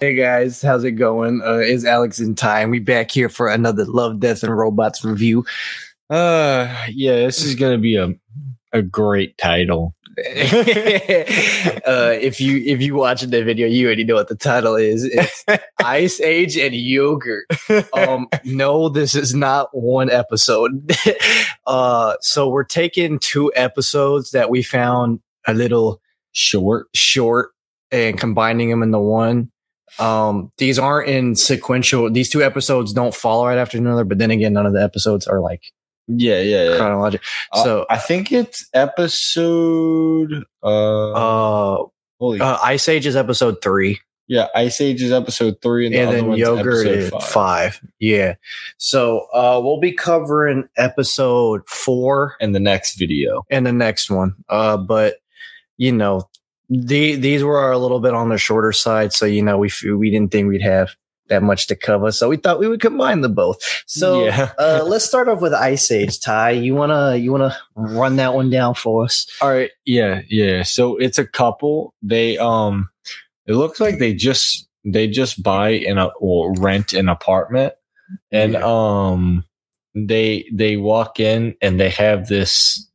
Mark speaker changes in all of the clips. Speaker 1: Hey guys, how's it going? Uh, it's Alex in time. We back here for another Love, Death, and Robots review.
Speaker 2: Uh, yeah, this is gonna be a a great title.
Speaker 1: uh, if you if you watching the video, you already know what the title is. It's Ice Age and Yogurt. Um, no, this is not one episode. uh, so we're taking two episodes that we found a little
Speaker 2: Short.
Speaker 1: short and combining them into one. Um, these aren't in sequential. These two episodes don't follow right after another. But then again, none of the episodes are like
Speaker 2: Yeah, yeah, yeah.
Speaker 1: chronological.
Speaker 2: Uh,
Speaker 1: so-
Speaker 2: I think it's episode. Uh,
Speaker 1: Uh,
Speaker 2: holy
Speaker 1: uh, Ice Age is episode three.
Speaker 2: yeah, Ice Age is episode three, and, the
Speaker 1: and
Speaker 2: other
Speaker 1: then
Speaker 2: one's
Speaker 1: yogurt
Speaker 2: episode
Speaker 1: is
Speaker 2: five.
Speaker 1: five. Yeah. So uh, we'll be covering episode four
Speaker 2: In the next video,
Speaker 1: and the next one. Uh, but you know, the, these were a little bit on the shorter side, so you know we f- we didn't think we'd have that much to cover, so we thought we would combine the both. So
Speaker 2: yeah.
Speaker 1: uh, let's start off with Ice Age. Ty, you wanna you wanna run that one down for us?
Speaker 2: All right. Yeah, yeah. So it's a couple. They um it looks like they just they just buy in a or rent an apartment and
Speaker 1: Yeah.
Speaker 2: um they they walk in and they have this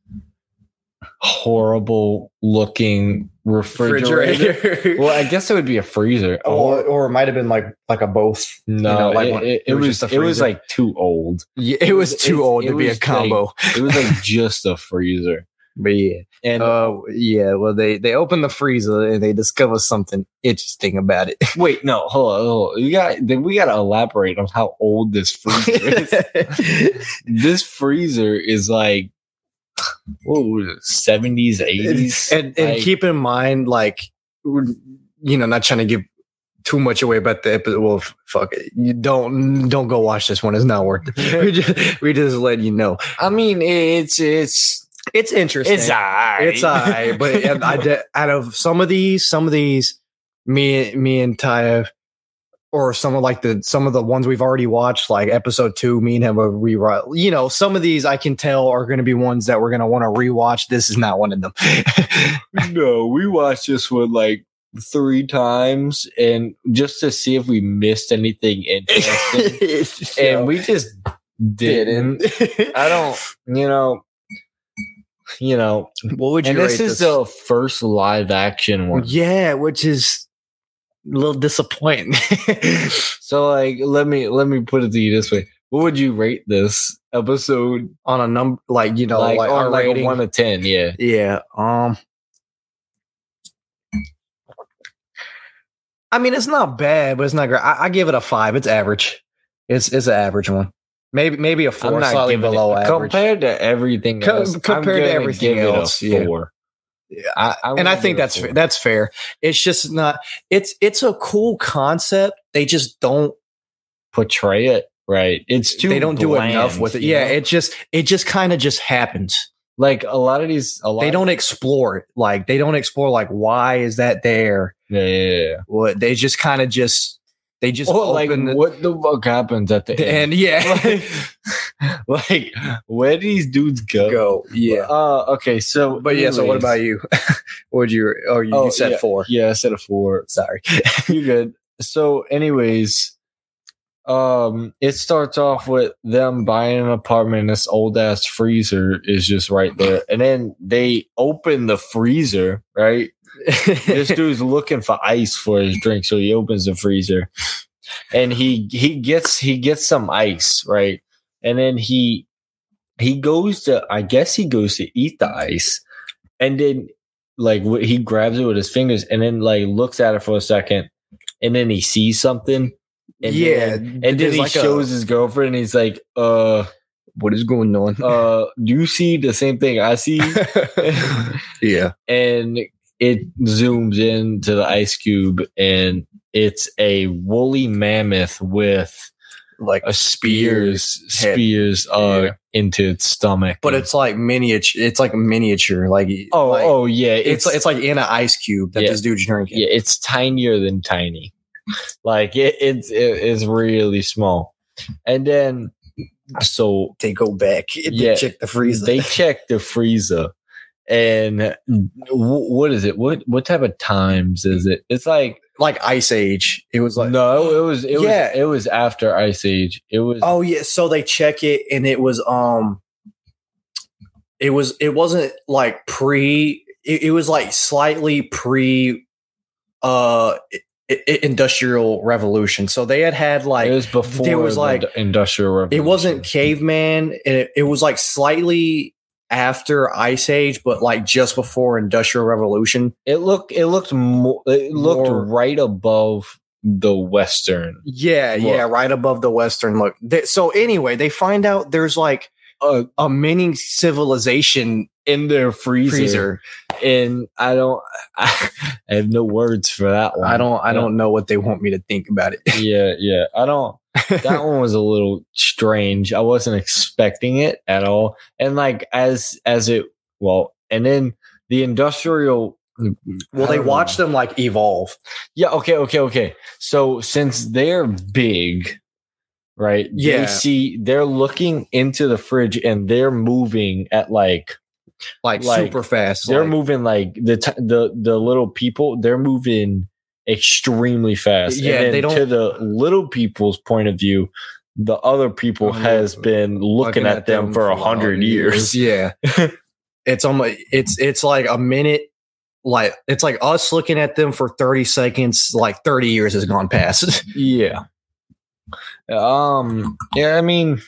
Speaker 2: horrible looking refrigerator. Well, I guess it would be a freezer.
Speaker 1: Oh, or or it might have been like like a both.
Speaker 2: no,
Speaker 1: you know, like
Speaker 2: it,
Speaker 1: one-
Speaker 2: it,
Speaker 1: it
Speaker 2: it
Speaker 1: was
Speaker 2: was
Speaker 1: just a
Speaker 2: it was
Speaker 1: freezer.
Speaker 2: like too old.
Speaker 1: Yeah, it was
Speaker 2: It-
Speaker 1: too
Speaker 2: it-
Speaker 1: old
Speaker 2: it
Speaker 1: to be a
Speaker 2: was, like-
Speaker 1: combo.
Speaker 2: It was like just a freezer.
Speaker 1: but yeah.
Speaker 2: And
Speaker 1: Uh, yeah. Well, they they open the freezer and they discover something interesting about it.
Speaker 2: Wait, no, hold on, hold on. You got then we gotta elaborate on how old this freezer is. this freezer is like what seventies, eighties.
Speaker 1: and and keep in mind, like, you know, not trying to give too much away about the episode. Well, f- fuck it. You don't don't go watch this one. It's not worth it. we just we just let you know.
Speaker 2: I mean it's it's
Speaker 1: It's interesting.
Speaker 2: it's alright.
Speaker 1: It's alright, but I, I de- out of some of these, some of these, me, me and Ty, have- or some of like the some of the ones we've already watched, like episode two, me and him have rewatch. You know, some of these I can tell are going to be ones that we're going to want to rewatch. This is not one of them.
Speaker 2: no, we watched this one like three times and just to see if we missed anything interesting. and we just didn't. I don't you know you know
Speaker 1: What would you?
Speaker 2: and this is the first live action one.
Speaker 1: yeah, which is a little disappointing.
Speaker 2: So like let me let me put it to you this way. What would you rate this episode
Speaker 1: on a number like you know
Speaker 2: like,
Speaker 1: like,
Speaker 2: on
Speaker 1: our
Speaker 2: like a
Speaker 1: rating.
Speaker 2: one to ten? Yeah.
Speaker 1: Yeah. Um I mean it's not bad, but it's not great. I, I give it a five. It's average. It's it's an average one. Maybe maybe a four, slightly
Speaker 2: giving
Speaker 1: below
Speaker 2: it,
Speaker 1: average.
Speaker 2: Compared to everything
Speaker 1: Co-
Speaker 2: else.
Speaker 1: compared to
Speaker 2: gonna
Speaker 1: everything
Speaker 2: give it a
Speaker 1: else, yeah.
Speaker 2: four.
Speaker 1: Yeah,
Speaker 2: I, I'm
Speaker 1: and I
Speaker 2: gonna
Speaker 1: think
Speaker 2: give it a
Speaker 1: that's
Speaker 2: four.
Speaker 1: fa- that's fair. It's just not. It's it's a cool concept. They just don't.
Speaker 2: portray it right. It's too
Speaker 1: They don't do enough
Speaker 2: bland,
Speaker 1: with it.
Speaker 2: you
Speaker 1: Yeah.
Speaker 2: know?
Speaker 1: It just it just kind of just happens.
Speaker 2: like a lot of these a lot
Speaker 1: They don't explore it. Like they don't explore like why is that there?
Speaker 2: yeah, yeah, yeah.
Speaker 1: What they just kind of just they just
Speaker 2: Or like
Speaker 1: open the-
Speaker 2: what the fuck happens at the, end?
Speaker 1: and yeah.
Speaker 2: like where do these dudes go?
Speaker 1: go. Yeah.
Speaker 2: Uh okay, so
Speaker 1: But yeah, so what
Speaker 2: anyways.
Speaker 1: about you? what would you oh you,
Speaker 2: Oh,
Speaker 1: you said four.
Speaker 2: Yeah, I said a four.
Speaker 1: Sorry.
Speaker 2: you good. So, anyways, um, it starts off with them buying an apartment. and This old ass freezer is just right there, and then they open the freezer. Right, this dude's looking for ice for his drink, so he opens the freezer, and he he gets he gets some ice, right, and then he he goes to I guess he goes to eat the ice, and then like wh- he grabs it with his fingers, and then like looks at it for a second, and then he sees something, and
Speaker 1: yeah.
Speaker 2: then, and then
Speaker 1: there's
Speaker 2: he
Speaker 1: like a-
Speaker 2: shows his girlfriend, and he's like, uh,
Speaker 1: what is going on.
Speaker 2: uh, do you see the same thing I see?
Speaker 1: yeah.
Speaker 2: and it zooms into the ice cube and it's a woolly mammoth with
Speaker 1: Like
Speaker 2: a spears
Speaker 1: Head.
Speaker 2: spears uh
Speaker 1: Yeah.
Speaker 2: into its stomach
Speaker 1: but it's like miniature it's like a miniature. Like
Speaker 2: oh
Speaker 1: like,
Speaker 2: oh yeah
Speaker 1: it's
Speaker 2: it's
Speaker 1: it's like in an ice cube that
Speaker 2: Yeah.
Speaker 1: this dude's drinking.
Speaker 2: yeah it's tinier than tiny like it, it's it, it's really small and then so
Speaker 1: They go back. They
Speaker 2: Yeah.
Speaker 1: check the freezer.
Speaker 2: they check the freezer and
Speaker 1: Mm.
Speaker 2: w- what is it? What what type of times is it? It's like
Speaker 1: like Ice Age. It was like
Speaker 2: no, it was it
Speaker 1: Yeah.
Speaker 2: was it was after Ice Age. It was
Speaker 1: Oh yeah, so they check it and it was um it was it wasn't like pre it, it was like slightly pre uh i- i- industrial revolution. So they had had like
Speaker 2: it was before
Speaker 1: there was,
Speaker 2: the
Speaker 1: like-
Speaker 2: industrial revolution.
Speaker 1: it wasn't caveman and it, it was like slightly after ice age but like just before industrial revolution.
Speaker 2: It looked it looked more it looked
Speaker 1: More-
Speaker 2: right above the western.
Speaker 1: Yeah, yeah, right above the western look. They- so anyway, they find out there's like
Speaker 2: Uh,
Speaker 1: a mini civilization
Speaker 2: in their freezer,
Speaker 1: freezer.
Speaker 2: and I don't. I, have no words for that one.
Speaker 1: I don't I
Speaker 2: Yeah.
Speaker 1: don't know what they want me to think about it.
Speaker 2: Yeah, yeah. I don't. that one was a little strange. I wasn't expecting it at all. And like as as it well, and then the industrial Mm-hmm.
Speaker 1: well, they watch them like evolve.
Speaker 2: Yeah, okay, okay, okay. So since they're big, right?
Speaker 1: Yeah.
Speaker 2: They see they're looking into the fridge and they're moving at like
Speaker 1: Like,
Speaker 2: Like,
Speaker 1: super fast.
Speaker 2: they're
Speaker 1: like-
Speaker 2: moving like the t- the the little people, they're moving extremely fast.
Speaker 1: Yeah,
Speaker 2: and
Speaker 1: they
Speaker 2: then
Speaker 1: don't-
Speaker 2: to the little people's point of view, the other people
Speaker 1: Mhm.
Speaker 2: has been Oh, looking, at, them, for a hundred years.
Speaker 1: Yeah. it's almost it's it's like a minute like it's like us looking at them for 30 seconds, like 30 years has gone past.
Speaker 2: Yeah. Um. Yeah. I mean,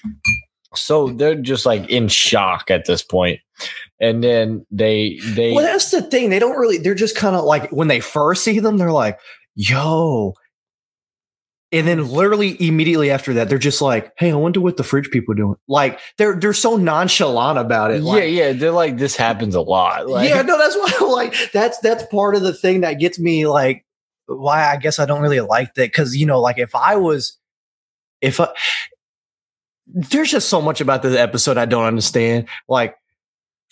Speaker 2: so they're just like in shock at this point, and then they they
Speaker 1: well, that's the thing. They don't really they're just kind of like when they first see them, they're like, yo. And then literally immediately after that, they're just like, hey, I wonder what the fridge people doing. Like they're they're so nonchalant about it.
Speaker 2: yeah
Speaker 1: Like,
Speaker 2: yeah they're like this happens a lot. Like,
Speaker 1: yeah, no, that's why I'm like that's that's part of the thing that gets me like why I guess I don't really like that because you know like if I was if I there's just so much about this episode I don't understand like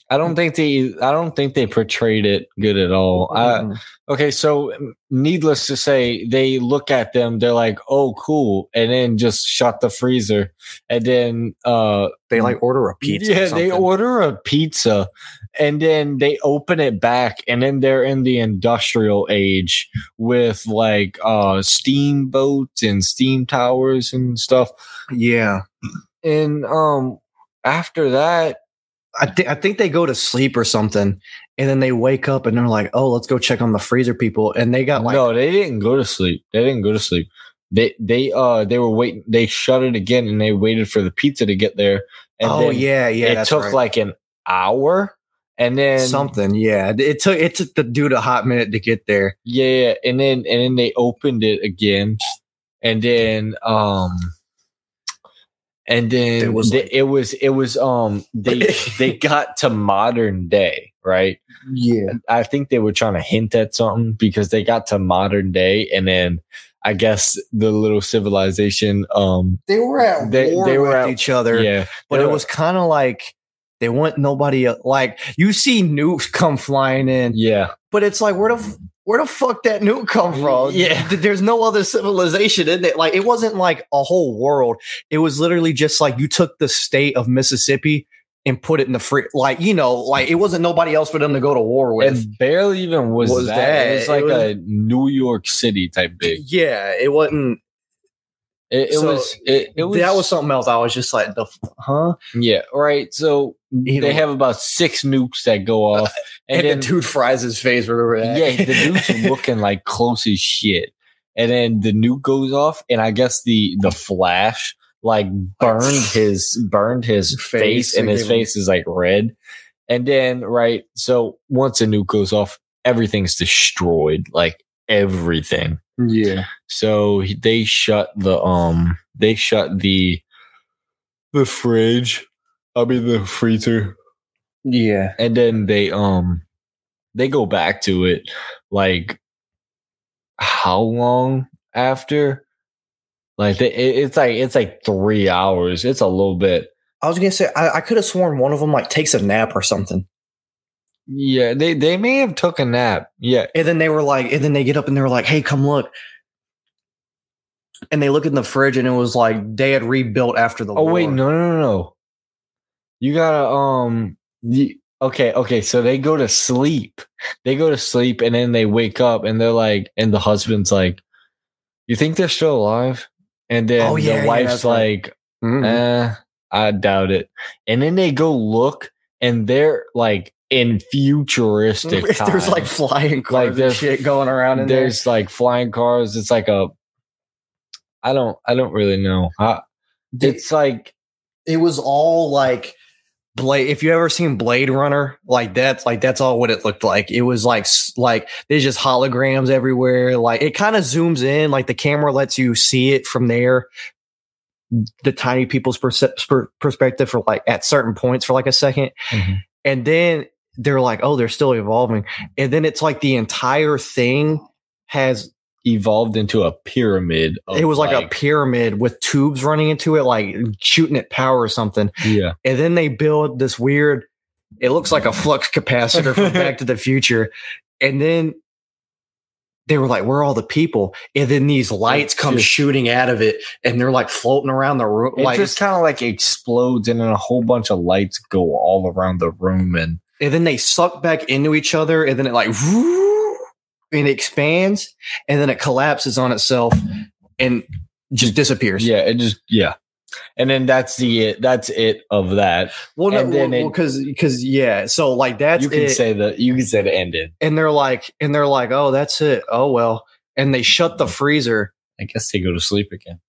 Speaker 2: I don't think they I don't think they portrayed it good at all.
Speaker 1: uh,
Speaker 2: I, Okay, so um, needless to say, they look at them, they're like, "Oh, cool," and then just shut the freezer, and then uh,
Speaker 1: they like order a pizza.
Speaker 2: Yeah, they order a pizza, and then they open it back, and then they're in the industrial age with like uh, steamboats and steam towers and stuff.
Speaker 1: yeah.
Speaker 2: And um, after that,
Speaker 1: I think I think they go to sleep or something, and then they wake up and they're like, "Oh, let's go check on the freezer people," and they got like
Speaker 2: no, they didn't go to sleep. They didn't go to sleep. They they uh they were waiting. They shut it again, and they waited for the pizza to get there. And
Speaker 1: oh
Speaker 2: then
Speaker 1: yeah, yeah,
Speaker 2: it
Speaker 1: that's
Speaker 2: took
Speaker 1: right.
Speaker 2: like an hour, and then
Speaker 1: something. Yeah, it took it took the dude a hot minute to get there.
Speaker 2: Yeah, yeah, and then and then they opened it again, and then um, and
Speaker 1: It
Speaker 2: then it
Speaker 1: was
Speaker 2: was it was it was um they they got to modern day, right?
Speaker 1: Yeah,
Speaker 2: I think they were trying to hint at something because they got to modern day, and then I guess the little civilization um
Speaker 1: they were at
Speaker 2: They-
Speaker 1: war
Speaker 2: they were
Speaker 1: with
Speaker 2: at-
Speaker 1: each other,
Speaker 2: yeah,
Speaker 1: but
Speaker 2: they
Speaker 1: it
Speaker 2: were-
Speaker 1: was kind of like they want nobody el- like you see nukes come flying in,
Speaker 2: yeah
Speaker 1: but it's like where the f- where the fuck that nuke come from?
Speaker 2: Mm, Yeah.
Speaker 1: Th- there's no other civilization in it. Like it wasn't like a whole world. It was literally just like you took the state of Mississippi and put it in the free. Like you know, like it wasn't nobody else for them to go to war with.
Speaker 2: and barely even was,
Speaker 1: Was
Speaker 2: that.
Speaker 1: that-
Speaker 2: it was like
Speaker 1: it was-
Speaker 2: a New York City type big.
Speaker 1: yeah, it wasn't.
Speaker 2: It, it
Speaker 1: So,
Speaker 2: was it, it was
Speaker 1: that was something else. I was just like, the f- huh?
Speaker 2: Yeah, right. So
Speaker 1: You
Speaker 2: they
Speaker 1: know.
Speaker 2: have about six nukes that go off, and,
Speaker 1: And,
Speaker 2: then
Speaker 1: the dude fries his face. Remember that?
Speaker 2: yeah, the dude's looking like close as shit, and then the nuke goes off, and I guess the the flash like burned his burned his
Speaker 1: Face
Speaker 2: face, and
Speaker 1: and
Speaker 2: his
Speaker 1: gave him-
Speaker 2: face is like red, and then right. So once a nuke goes off, everything's destroyed, like everything.
Speaker 1: yeah.
Speaker 2: So he- they shut the um they shut the the fridge. I mean the freezer.
Speaker 1: Yeah.
Speaker 2: and then they um they go back to it like how long after like they, it, it's like it's like three hours it's a little bit
Speaker 1: I was gonna say I, I could have sworn one of them like takes a nap or something,
Speaker 2: yeah they they may have took a nap yeah
Speaker 1: and then they were like, and then they get up and they were like, "Hey, come look," and they look in the fridge and it was like they had rebuilt after the.
Speaker 2: oh wait
Speaker 1: war.
Speaker 2: no no no no you gotta um you, Okay, okay. So they go to sleep. They go to sleep and then they wake up and they're like, and the husband's like, You think they're still alive? And then
Speaker 1: Oh, yeah, yeah,
Speaker 2: the wife's
Speaker 1: that's right.
Speaker 2: like,
Speaker 1: Mhm.
Speaker 2: Eh, I doubt it. And then they go look and they're like in futuristic.
Speaker 1: There's like
Speaker 2: times.
Speaker 1: flying
Speaker 2: Like,
Speaker 1: cars and
Speaker 2: there's-
Speaker 1: shit going around in there.
Speaker 2: there's like flying cars. It's like a I don't I don't really know. I, it's like
Speaker 1: it was all like blade if you ever seen blade runner like that's like that's all what it looked like it was like s- like there's just holograms everywhere like it kind of zooms in like the camera lets you see it from there the tiny people's percep- per- perspective for like at certain points for like a 2nd
Speaker 2: Mhm.
Speaker 1: and then they're like oh they're still evolving and then it's like the entire thing has
Speaker 2: evolved into a pyramid. Of
Speaker 1: it was like a pyramid with tubes running into it like shooting at power or something
Speaker 2: a yeah.
Speaker 1: and then they build this weird it looks like a flux capacitor from back to the future and then they were like where are all the people and then these lights
Speaker 2: It's
Speaker 1: come
Speaker 2: just-
Speaker 1: shooting out of it and they're like floating around the room
Speaker 2: It
Speaker 1: like
Speaker 2: just kind of like explodes and then a whole bunch of lights go all around the room and
Speaker 1: and then they suck back into each other and then it like and it expands and then it collapses on itself and just disappears
Speaker 2: yeah, it just yeah. And then that's the that's it of that.
Speaker 1: well no
Speaker 2: and then it-
Speaker 1: because because yeah so like that's
Speaker 2: you can
Speaker 1: it.
Speaker 2: say that you can say the ended.
Speaker 1: and they're like and they're like oh that's it oh well and they shut the freezer
Speaker 2: I guess they go to sleep again.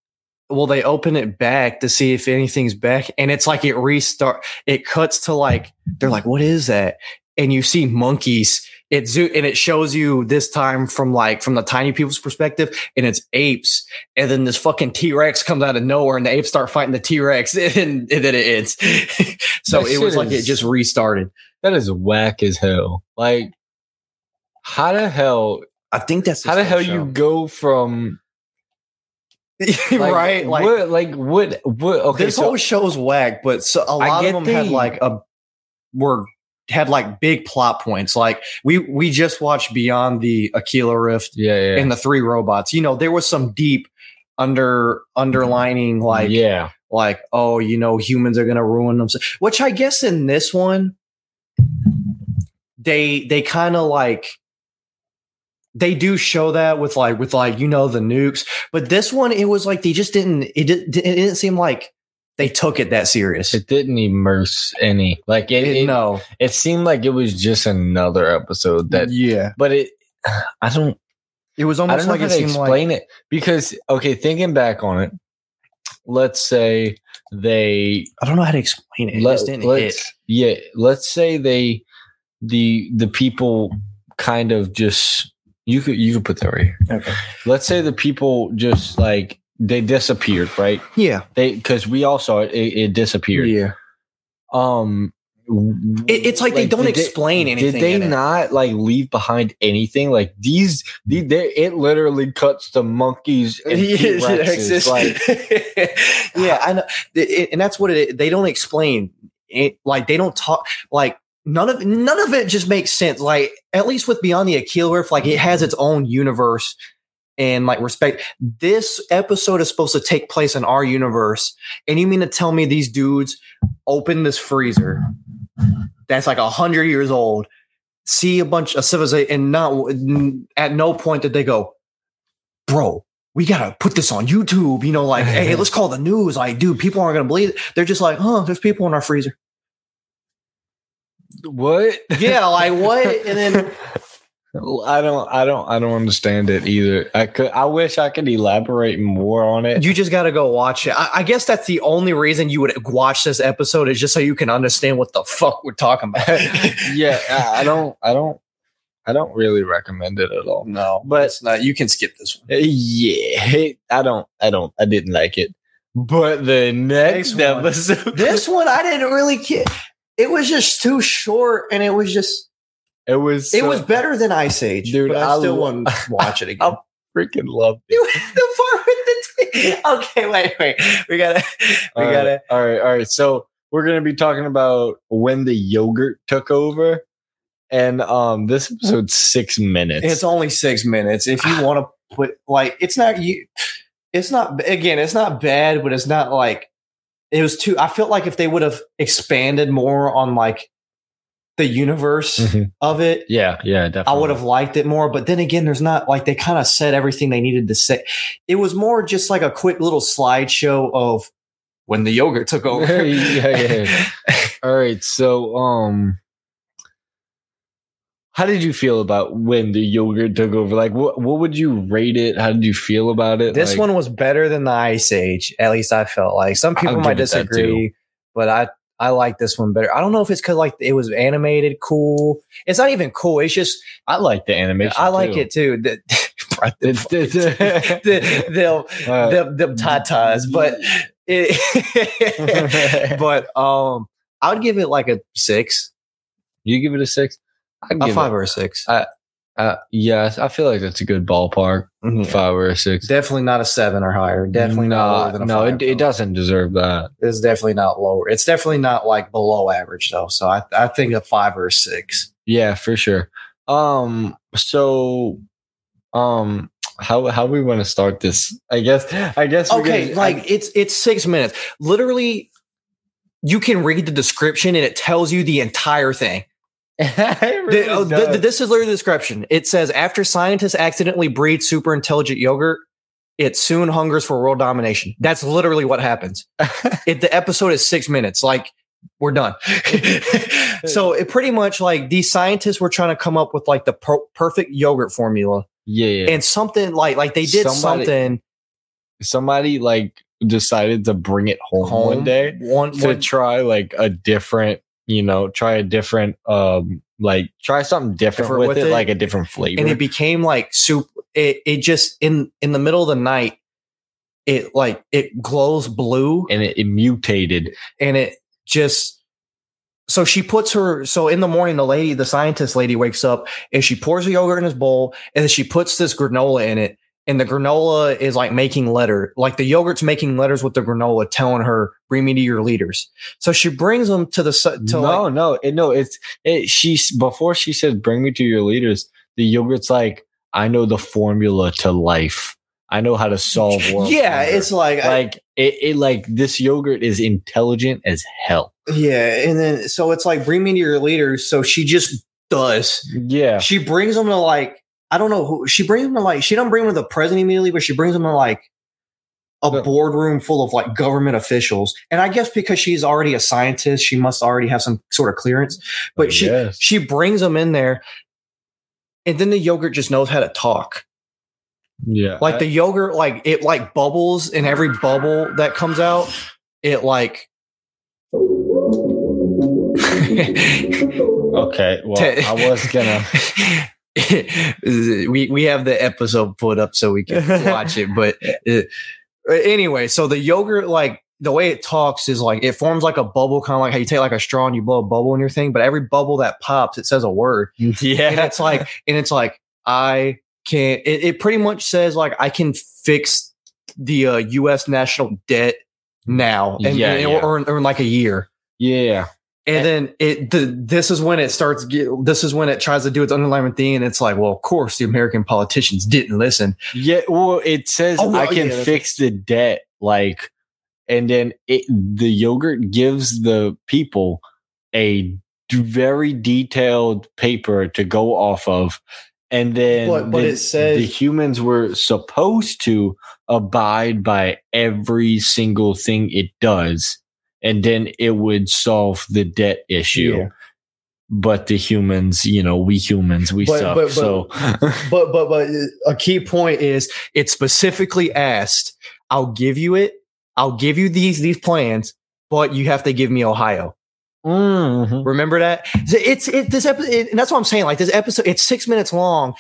Speaker 1: well they open it back to see if anything's back and it's like it restart it cuts to like they're like what is that and you see monkeys it zo- and it shows you this time from like from the tiny people's perspective and it's apes and then this fucking t-rex comes out of nowhere and the apes start fighting the t-rex and, and then it ends so
Speaker 2: That
Speaker 1: it was
Speaker 2: shit
Speaker 1: like it
Speaker 2: is-
Speaker 1: just restarted
Speaker 2: That is whack as hell. Like how the hell
Speaker 1: i think that's
Speaker 2: how the hell you go from
Speaker 1: you
Speaker 2: like,
Speaker 1: right like
Speaker 2: what, like what what okay
Speaker 1: this
Speaker 2: so
Speaker 1: whole show's whack, but so a
Speaker 2: I
Speaker 1: lot of
Speaker 2: get
Speaker 1: them had
Speaker 2: the-
Speaker 1: like a were had like big plot points. Like we we just watched Beyond the Aquila Rift
Speaker 2: yeah yeah
Speaker 1: and the Three Robots. You know, there was some deep under underlining like
Speaker 2: yeah
Speaker 1: like oh you know humans are gonna ruin themselves. Which I guess in this one they they kind of like they do show that with like with like you know the nukes but this one it was like they just didn't it, did, it didn't seem like they took it that serious
Speaker 2: it didn't immerse any like it it,
Speaker 1: no
Speaker 2: it seemed like it was just another episode that
Speaker 1: yeah
Speaker 2: but it I don't
Speaker 1: it was
Speaker 2: I
Speaker 1: almost
Speaker 2: don't know
Speaker 1: like
Speaker 2: how
Speaker 1: it
Speaker 2: to
Speaker 1: seemed like
Speaker 2: explain it because okay, thinking back on it, let's say they
Speaker 1: i don't know how to explain it, it
Speaker 2: let,
Speaker 1: just didn't hit.
Speaker 2: us yeah, let's say they the the people kind of just you could you could put that right here.
Speaker 1: okay
Speaker 2: Let's say the people just like they disappeared, right?
Speaker 1: yeah
Speaker 2: They because we all saw it, it, it disappeared.
Speaker 1: yeah
Speaker 2: Um,
Speaker 1: It- it's like they don't
Speaker 2: did
Speaker 1: explain anything
Speaker 2: Did they
Speaker 1: in it.
Speaker 2: not like leave behind anything? Like these, the, they, it literally cuts the monkeys and T-Rexes. Like,
Speaker 1: yeah, I know, It- it- and that's what it. They don't explain it. Like they don't talk. Like none of none of it just makes sense. Like at least with Beyond the Aquila Rift, like it has its own universe and like respect. This episode is supposed to take place in our universe, and you mean to tell me these dudes open this freezer that's like a hundred years old? See a bunch of civilization, and not at no point did they go, bro we gotta put this on YouTube. You know, like, hey, let's call the news. Like, dude, people aren't gonna believe it. They're just like, huh, there's people in our freezer.
Speaker 2: what?
Speaker 1: Yeah, like what? And then
Speaker 2: I don't, I don't, I don't understand it either. I could, I wish I could elaborate more on it.
Speaker 1: you just gotta go watch it. I, I guess that's the only reason you would watch this episode is just so you can understand what the fuck we're talking about.
Speaker 2: yeah, I, I don't, I don't, I don't really recommend it at all.
Speaker 1: no,
Speaker 2: but-
Speaker 1: it's not. You can skip this one.
Speaker 2: Uh, Yeah, I don't, I don't, I didn't like it. But the next,
Speaker 1: Next one.
Speaker 2: episode,
Speaker 1: This one I didn't really get. It was just too short, and it was just
Speaker 2: it was,
Speaker 1: it
Speaker 2: so-
Speaker 1: was better than Ice Age,
Speaker 2: Dude,
Speaker 1: But I,
Speaker 2: I
Speaker 1: still
Speaker 2: lo-
Speaker 1: wouldn't watch it again.
Speaker 2: I- freaking loved it.
Speaker 1: the part with the t- okay, wait, wait, we gotta, we
Speaker 2: All right,
Speaker 1: gotta.
Speaker 2: all right, all right. So we're gonna be talking about when the yogurt took over, and um, this episode's six minutes.
Speaker 1: It's only six minutes. If you want to put like, it's not you. It's not again. It's not bad, but it's not like it was too. I felt like if they would have expanded more on like the universe
Speaker 2: Mhm.
Speaker 1: of it.
Speaker 2: Yeah, yeah,
Speaker 1: I
Speaker 2: definitely.
Speaker 1: would have liked it more, but then again, there's not like they kind of said everything they needed to say. It was more just like a quick little slideshow of when the yogurt took over.
Speaker 2: Yeah, yeah, yeah. All right, so um, how did you feel about when the yogurt took over? Like, what what would you rate it? How did you feel about it?
Speaker 1: This
Speaker 2: Like,
Speaker 1: one was better than the Ice Age. At least I felt like some people
Speaker 2: I'll
Speaker 1: might
Speaker 2: give it that
Speaker 1: disagree, but I I like this one better. I don't know if it's because like it was animated cool. It's not even cool. It's just
Speaker 2: I like the animation.
Speaker 1: I like
Speaker 2: too.
Speaker 1: it too. The,
Speaker 2: It's- it's-
Speaker 1: the, them
Speaker 2: Uh,
Speaker 1: them them tatas, but it, but um, I would give it like a six,
Speaker 2: you give it a six. I can
Speaker 1: a
Speaker 2: give
Speaker 1: five
Speaker 2: It,
Speaker 1: or a six.
Speaker 2: uh, yeah, I feel like that's a good ballpark.
Speaker 1: Mhm.
Speaker 2: Five or a six.
Speaker 1: Definitely not a seven or higher. Definitely not
Speaker 2: no,
Speaker 1: lower than a
Speaker 2: no.
Speaker 1: five.
Speaker 2: It, it
Speaker 1: though.
Speaker 2: doesn't deserve that.
Speaker 1: It's definitely not lower. It's definitely not like below average though. So I, I think a five or a six.
Speaker 2: Yeah, for sure. Um, so, um, how how we want to start this? I guess I guess we're
Speaker 1: Okay,
Speaker 2: gonna-
Speaker 1: like it's it's six minutes. Literally, you can read the description and it tells you the entire thing.
Speaker 2: It
Speaker 1: The-
Speaker 2: really
Speaker 1: oh, the-
Speaker 2: does.
Speaker 1: the- this is literally the description. It says after scientists accidentally breed super intelligent yogurt, it soon hungers for world domination. That's literally what happens. it, the episode is six minutes. Like we're done. so it pretty much like these scientists were trying to come up with like the per- perfect yogurt formula
Speaker 2: yeah, yeah.
Speaker 1: and something like like they did
Speaker 2: Somebody-
Speaker 1: something
Speaker 2: somebody like decided to bring it home,
Speaker 1: home
Speaker 2: one day
Speaker 1: One,
Speaker 2: to
Speaker 1: one
Speaker 2: try like a different, you know, try a different, um, like try something different,
Speaker 1: Different
Speaker 2: with,
Speaker 1: with
Speaker 2: it,
Speaker 1: it.
Speaker 2: like a different flavor.
Speaker 1: and it became like soup. It, it just in in the middle of the night, it like it glows blue
Speaker 2: and it, it mutated.
Speaker 1: and it just so she puts her so in the morning the lady the scientist lady wakes up and she pours the yogurt in this bowl and then she puts this granola in it and the granola is like making letter like the yogurt's making letters with the granola telling her bring me to your leaders so she brings them to the su- to
Speaker 2: no,
Speaker 1: like,
Speaker 2: no, it, no. It's it. She's before she said, "Bring me to your leaders." The yogurt's like, I know the formula to life. I know how to solve world.
Speaker 1: yeah
Speaker 2: hunger."
Speaker 1: it's like, I-
Speaker 2: like it, it. Like this yogurt is intelligent as hell.
Speaker 1: yeah and then so it's like bring me to your leaders so she just does
Speaker 2: Yeah,
Speaker 1: she brings them to like I don't know who she brings them to like she don't bring them to the president immediately, but she brings them to like a
Speaker 2: No.
Speaker 1: boardroom full of like government officials. And I guess because she's already a scientist, she must already have some sort of clearance. But she
Speaker 2: Yes.
Speaker 1: she brings them in there, and then the yogurt just knows how to talk.
Speaker 2: yeah,
Speaker 1: Like the yogurt, like it like bubbles, and every bubble that comes out, it like
Speaker 2: Okay, well,
Speaker 1: Te-
Speaker 2: I was gonna.
Speaker 1: we we have the episode put up so we can watch it, but uh, anyway, so the yogurt like the way it talks is like it forms like a bubble, kind of like how you take like a straw and you blow a bubble in your thing. But every bubble that pops, it says a word, and
Speaker 2: Yeah,
Speaker 1: it's like and it's like I can. It, it pretty much says like I can fix the uh, U.S. national debt now, and,
Speaker 2: Yeah,
Speaker 1: and-
Speaker 2: yeah.
Speaker 1: Or, or in like a year.
Speaker 2: yeah,
Speaker 1: And then it the, this is when it starts. Get, this is when it tries to do its underlying thing, and it's like, well, of course, the American politicians didn't listen.
Speaker 2: yeah. Well, it says
Speaker 1: Oh,
Speaker 2: I
Speaker 1: well,
Speaker 2: can
Speaker 1: yeah.
Speaker 2: fix the debt, like, and then it, the yogurt gives the people a d- very detailed paper to go off of, and then
Speaker 1: But- but
Speaker 2: the-
Speaker 1: it says-
Speaker 2: the humans were supposed to abide by every single thing it does, and then it would solve the debt issue.
Speaker 1: Yeah.
Speaker 2: but the humans, you know, we humans, we
Speaker 1: But-
Speaker 2: suck.
Speaker 1: but- but-
Speaker 2: so
Speaker 1: But but but uh, a key point is it specifically asked, "I'll give you it. I'll give you these these plans, but you have to give me Ohio."
Speaker 2: Mhm.
Speaker 1: Remember that? It's it this episode, and that's what I'm saying. Like this episode, it's six minutes long.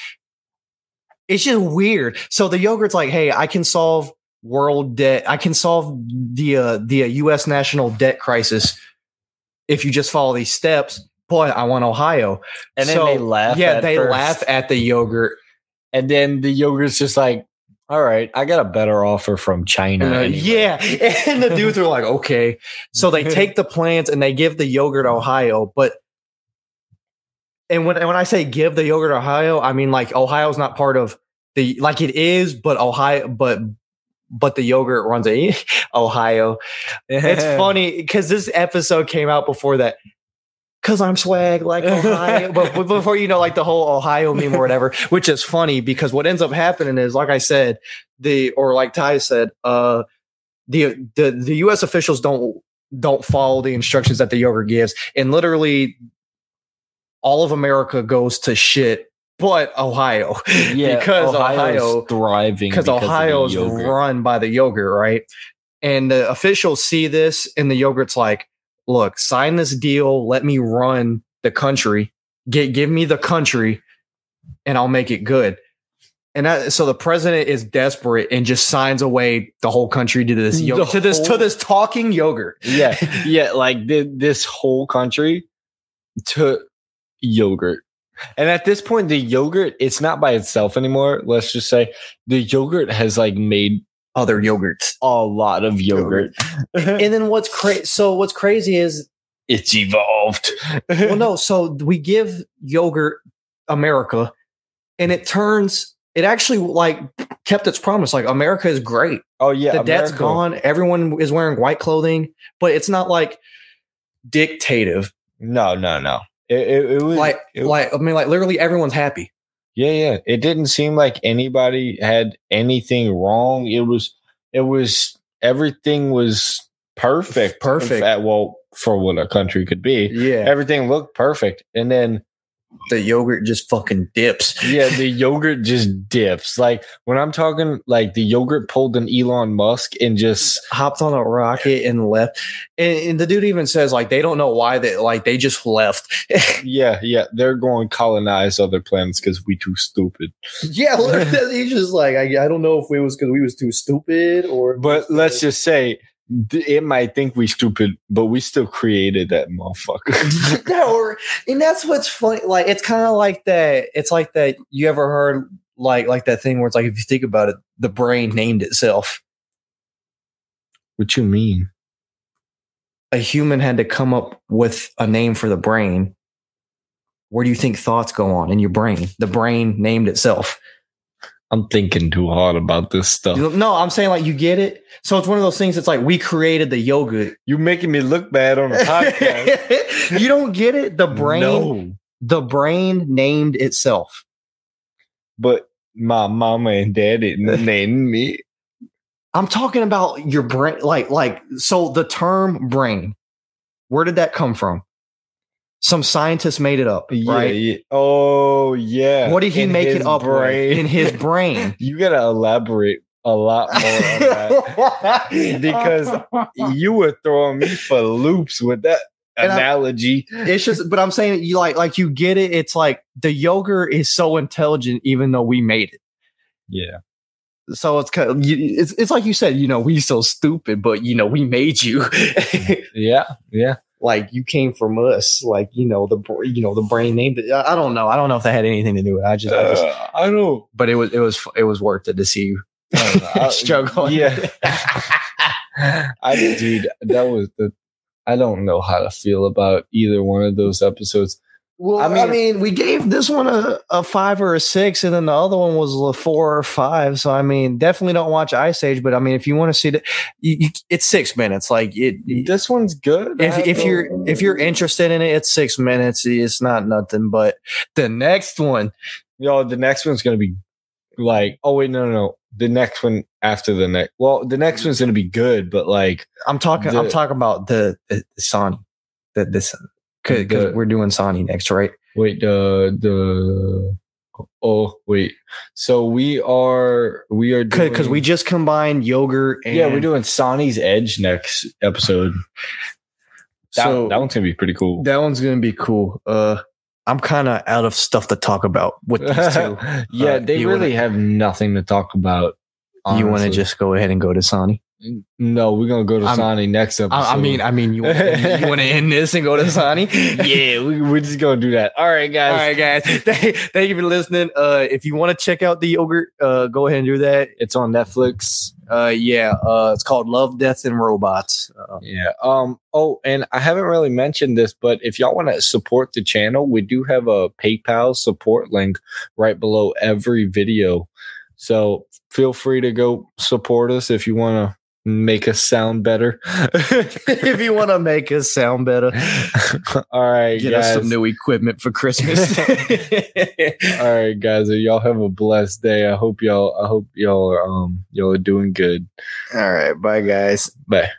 Speaker 1: It's just weird. So the yogurt's like, hey, I can solve world debt. I can solve the uh, the uh, U.S. national debt crisis if you just follow these steps. Boy, I want Ohio.
Speaker 2: and then
Speaker 1: So,
Speaker 2: they laugh.
Speaker 1: yeah,
Speaker 2: at
Speaker 1: they
Speaker 2: first.
Speaker 1: laugh at the yogurt.
Speaker 2: and then the yogurt's just like, "All right, I got a better offer from China."
Speaker 1: And, uh,
Speaker 2: anyway."
Speaker 1: Yeah, and the dudes are like, okay. So they take the plants and they give the yogurt to Ohio, but and when when I say give the yogurt to Ohio, I mean like Ohio's not part of the like it is, but Ohio, but but the yogurt runs a Ohio. It's funny because this episode came out before that. because I'm swag like Ohio. but but before you know, like the whole Ohio meme or whatever, which is funny because what ends up happening is, like I said, the or like Ty said, uh, the the the U.S. officials don't don't follow the instructions that the yogurt gives, and literally all of America goes to shit, but Ohio
Speaker 2: yeah,
Speaker 1: because
Speaker 2: Ohio's
Speaker 1: Ohio-
Speaker 2: thriving
Speaker 1: because
Speaker 2: of the
Speaker 1: Ohio's
Speaker 2: yogurt.
Speaker 1: run by the yogurt, right? And the officials see this, and the yogurt's like, "Look, sign this deal. Let me run the country. Get give me the country, and I'll make it good." And that, so the president is desperate and just signs away the whole country to this yo-
Speaker 2: The
Speaker 1: to this to
Speaker 2: whole-
Speaker 1: this talking yogurt.
Speaker 2: yeah, yeah, like thi- this whole country took yogurt. And at this point, the yogurt, it's not by itself anymore. Let's just say the yogurt has like made
Speaker 1: Other yogurts.
Speaker 2: a lot of yogurt.
Speaker 1: And then what's crazy? So what's crazy is
Speaker 2: it's evolved.
Speaker 1: well, no. So we give yogurt America, and it turns. It actually like kept its promise. Like America is great.
Speaker 2: Oh, yeah.
Speaker 1: the debt's
Speaker 2: America-
Speaker 1: gone. Everyone is wearing white clothing, but it's not like dictative.
Speaker 2: No, no, no. It, it, it was
Speaker 1: Like,
Speaker 2: it-
Speaker 1: like I mean, like literally everyone's happy.
Speaker 2: Yeah, yeah. It didn't seem like anybody had anything wrong. It was, it was, everything was perfect.
Speaker 1: Perfect.
Speaker 2: At, well, for what a country could be.
Speaker 1: Yeah,
Speaker 2: Everything looked perfect. And then,
Speaker 1: the yogurt just fucking dips.
Speaker 2: yeah, the yogurt just dips. Like when I'm talking, like the yogurt pulled an Elon Musk and just,
Speaker 1: Hopped on a rocket and left. And, and the dude even says like they don't know why they like they just left.
Speaker 2: yeah, yeah, they're going colonize other planets because we too stupid.
Speaker 1: yeah, literally, he's just like I, I don't know if we was because we was too stupid or
Speaker 2: But let's just say th- it might think we stupid, but we still created that motherfucker.
Speaker 1: no, or, and that's what's funny. Like it's kind of like that. It's like that. You ever heard like like that thing where it's like if you think about it, the brain named itself.
Speaker 2: what you mean?
Speaker 1: A human had to come up with a name for the brain. Where do you think thoughts go on in your brain? The brain named itself.
Speaker 2: I'm thinking too hard about this stuff.
Speaker 1: You- No, I'm saying like you get it. So it's one of those things. It's like we created the yogurt.
Speaker 2: You're making me look bad on a podcast.
Speaker 1: you don't get it. The brain,
Speaker 2: No,
Speaker 1: the brain named itself.
Speaker 2: but my mama and dad didn't name me.
Speaker 1: I'm talking about your brain, like, like, so the term brain, where did that come from? Some scientist made it up,
Speaker 2: Yeah,
Speaker 1: right?
Speaker 2: yeah. Oh, yeah.
Speaker 1: What did he
Speaker 2: In
Speaker 1: make
Speaker 2: his
Speaker 1: it up with?
Speaker 2: brain.
Speaker 1: in his brain?
Speaker 2: you gotta elaborate a lot more on that. Because you were throwing me for loops with that
Speaker 1: And I-
Speaker 2: analogy.
Speaker 1: it's just, but I'm saying you like, like you get it. It's like the yogurt is so intelligent, even though we made it.
Speaker 2: yeah.
Speaker 1: So it's kind of, you- it's it's like you said, you know, we so stupid, but you know, we made you.
Speaker 2: Yeah. Yeah.
Speaker 1: like you came from us. Like you know, the br- you know the brain named it. I I don't know. I don't know if that had anything to do with. it. I just, I just
Speaker 2: Uh, I don't
Speaker 1: but it was it was it was worth it to see you uh,
Speaker 2: I-
Speaker 1: struggle.
Speaker 2: Yeah. I dude, that was the I don't know how to feel about either one of those episodes.
Speaker 1: Well, I
Speaker 2: I
Speaker 1: mean,
Speaker 2: mean-
Speaker 1: we gave this one a, a five or a six, and then the other one was a four or five. So I mean, definitely don't watch Ice Age. But I mean, if you want to see the, you, you, it's six minutes. Like it.
Speaker 2: This one's good. I
Speaker 1: if, if
Speaker 2: don't-
Speaker 1: you're if you're interested in it, it's six minutes. It's not nothing. But the next one,
Speaker 2: yo, the next one's gonna be like, oh wait, no, no, no. The next one after the next. Well, the next one's gonna be good, but like,
Speaker 1: I'm talking. I'm
Speaker 2: The-
Speaker 1: talking about the, the, the Sony, the this because
Speaker 2: The-
Speaker 1: we're doing Sony next, right?
Speaker 2: wait, the the oh wait. So we are we are doing
Speaker 1: Because we just combined yogurt. And,
Speaker 2: yeah we're doing Sonny's Edge next episode. That,
Speaker 1: so-
Speaker 2: that one's gonna be pretty cool.
Speaker 1: That one's gonna be cool. Uh, I'm kind of out of stuff to talk about with these two.
Speaker 2: yeah,
Speaker 1: Uh,
Speaker 2: they
Speaker 1: you
Speaker 2: really have nothing to talk about.
Speaker 1: you want to
Speaker 2: honestly.
Speaker 1: just go ahead and go to Sony?
Speaker 2: No, we're gonna go to
Speaker 1: I'm-
Speaker 2: Sony next episode.
Speaker 1: I, I mean, I mean, you, you want to end this and go to Sony?
Speaker 2: yeah, we, we're just gonna do that. All right, guys.
Speaker 1: All right, guys. Thank, thank you for listening. Uh, if you want to check out the yogurt, uh, go ahead and do that.
Speaker 2: It's on Netflix.
Speaker 1: Uh, yeah. Uh, it's called Love, Death, and Robots. Uh,
Speaker 2: Yeah. Um. Oh, and I haven't really mentioned this, but if y'all want to support the channel, we do have a PayPal support link right below every video. So feel free to go support us if you want to make us sound better.
Speaker 1: if you want to make us sound better,
Speaker 2: All right,
Speaker 1: get us
Speaker 2: guys.
Speaker 1: some new equipment for Christmas.
Speaker 2: All right, guys. Y'all have a blessed day. I hope y'all. I hope y'all are um y'all are doing good.
Speaker 1: All right. Bye, guys.
Speaker 2: Bye.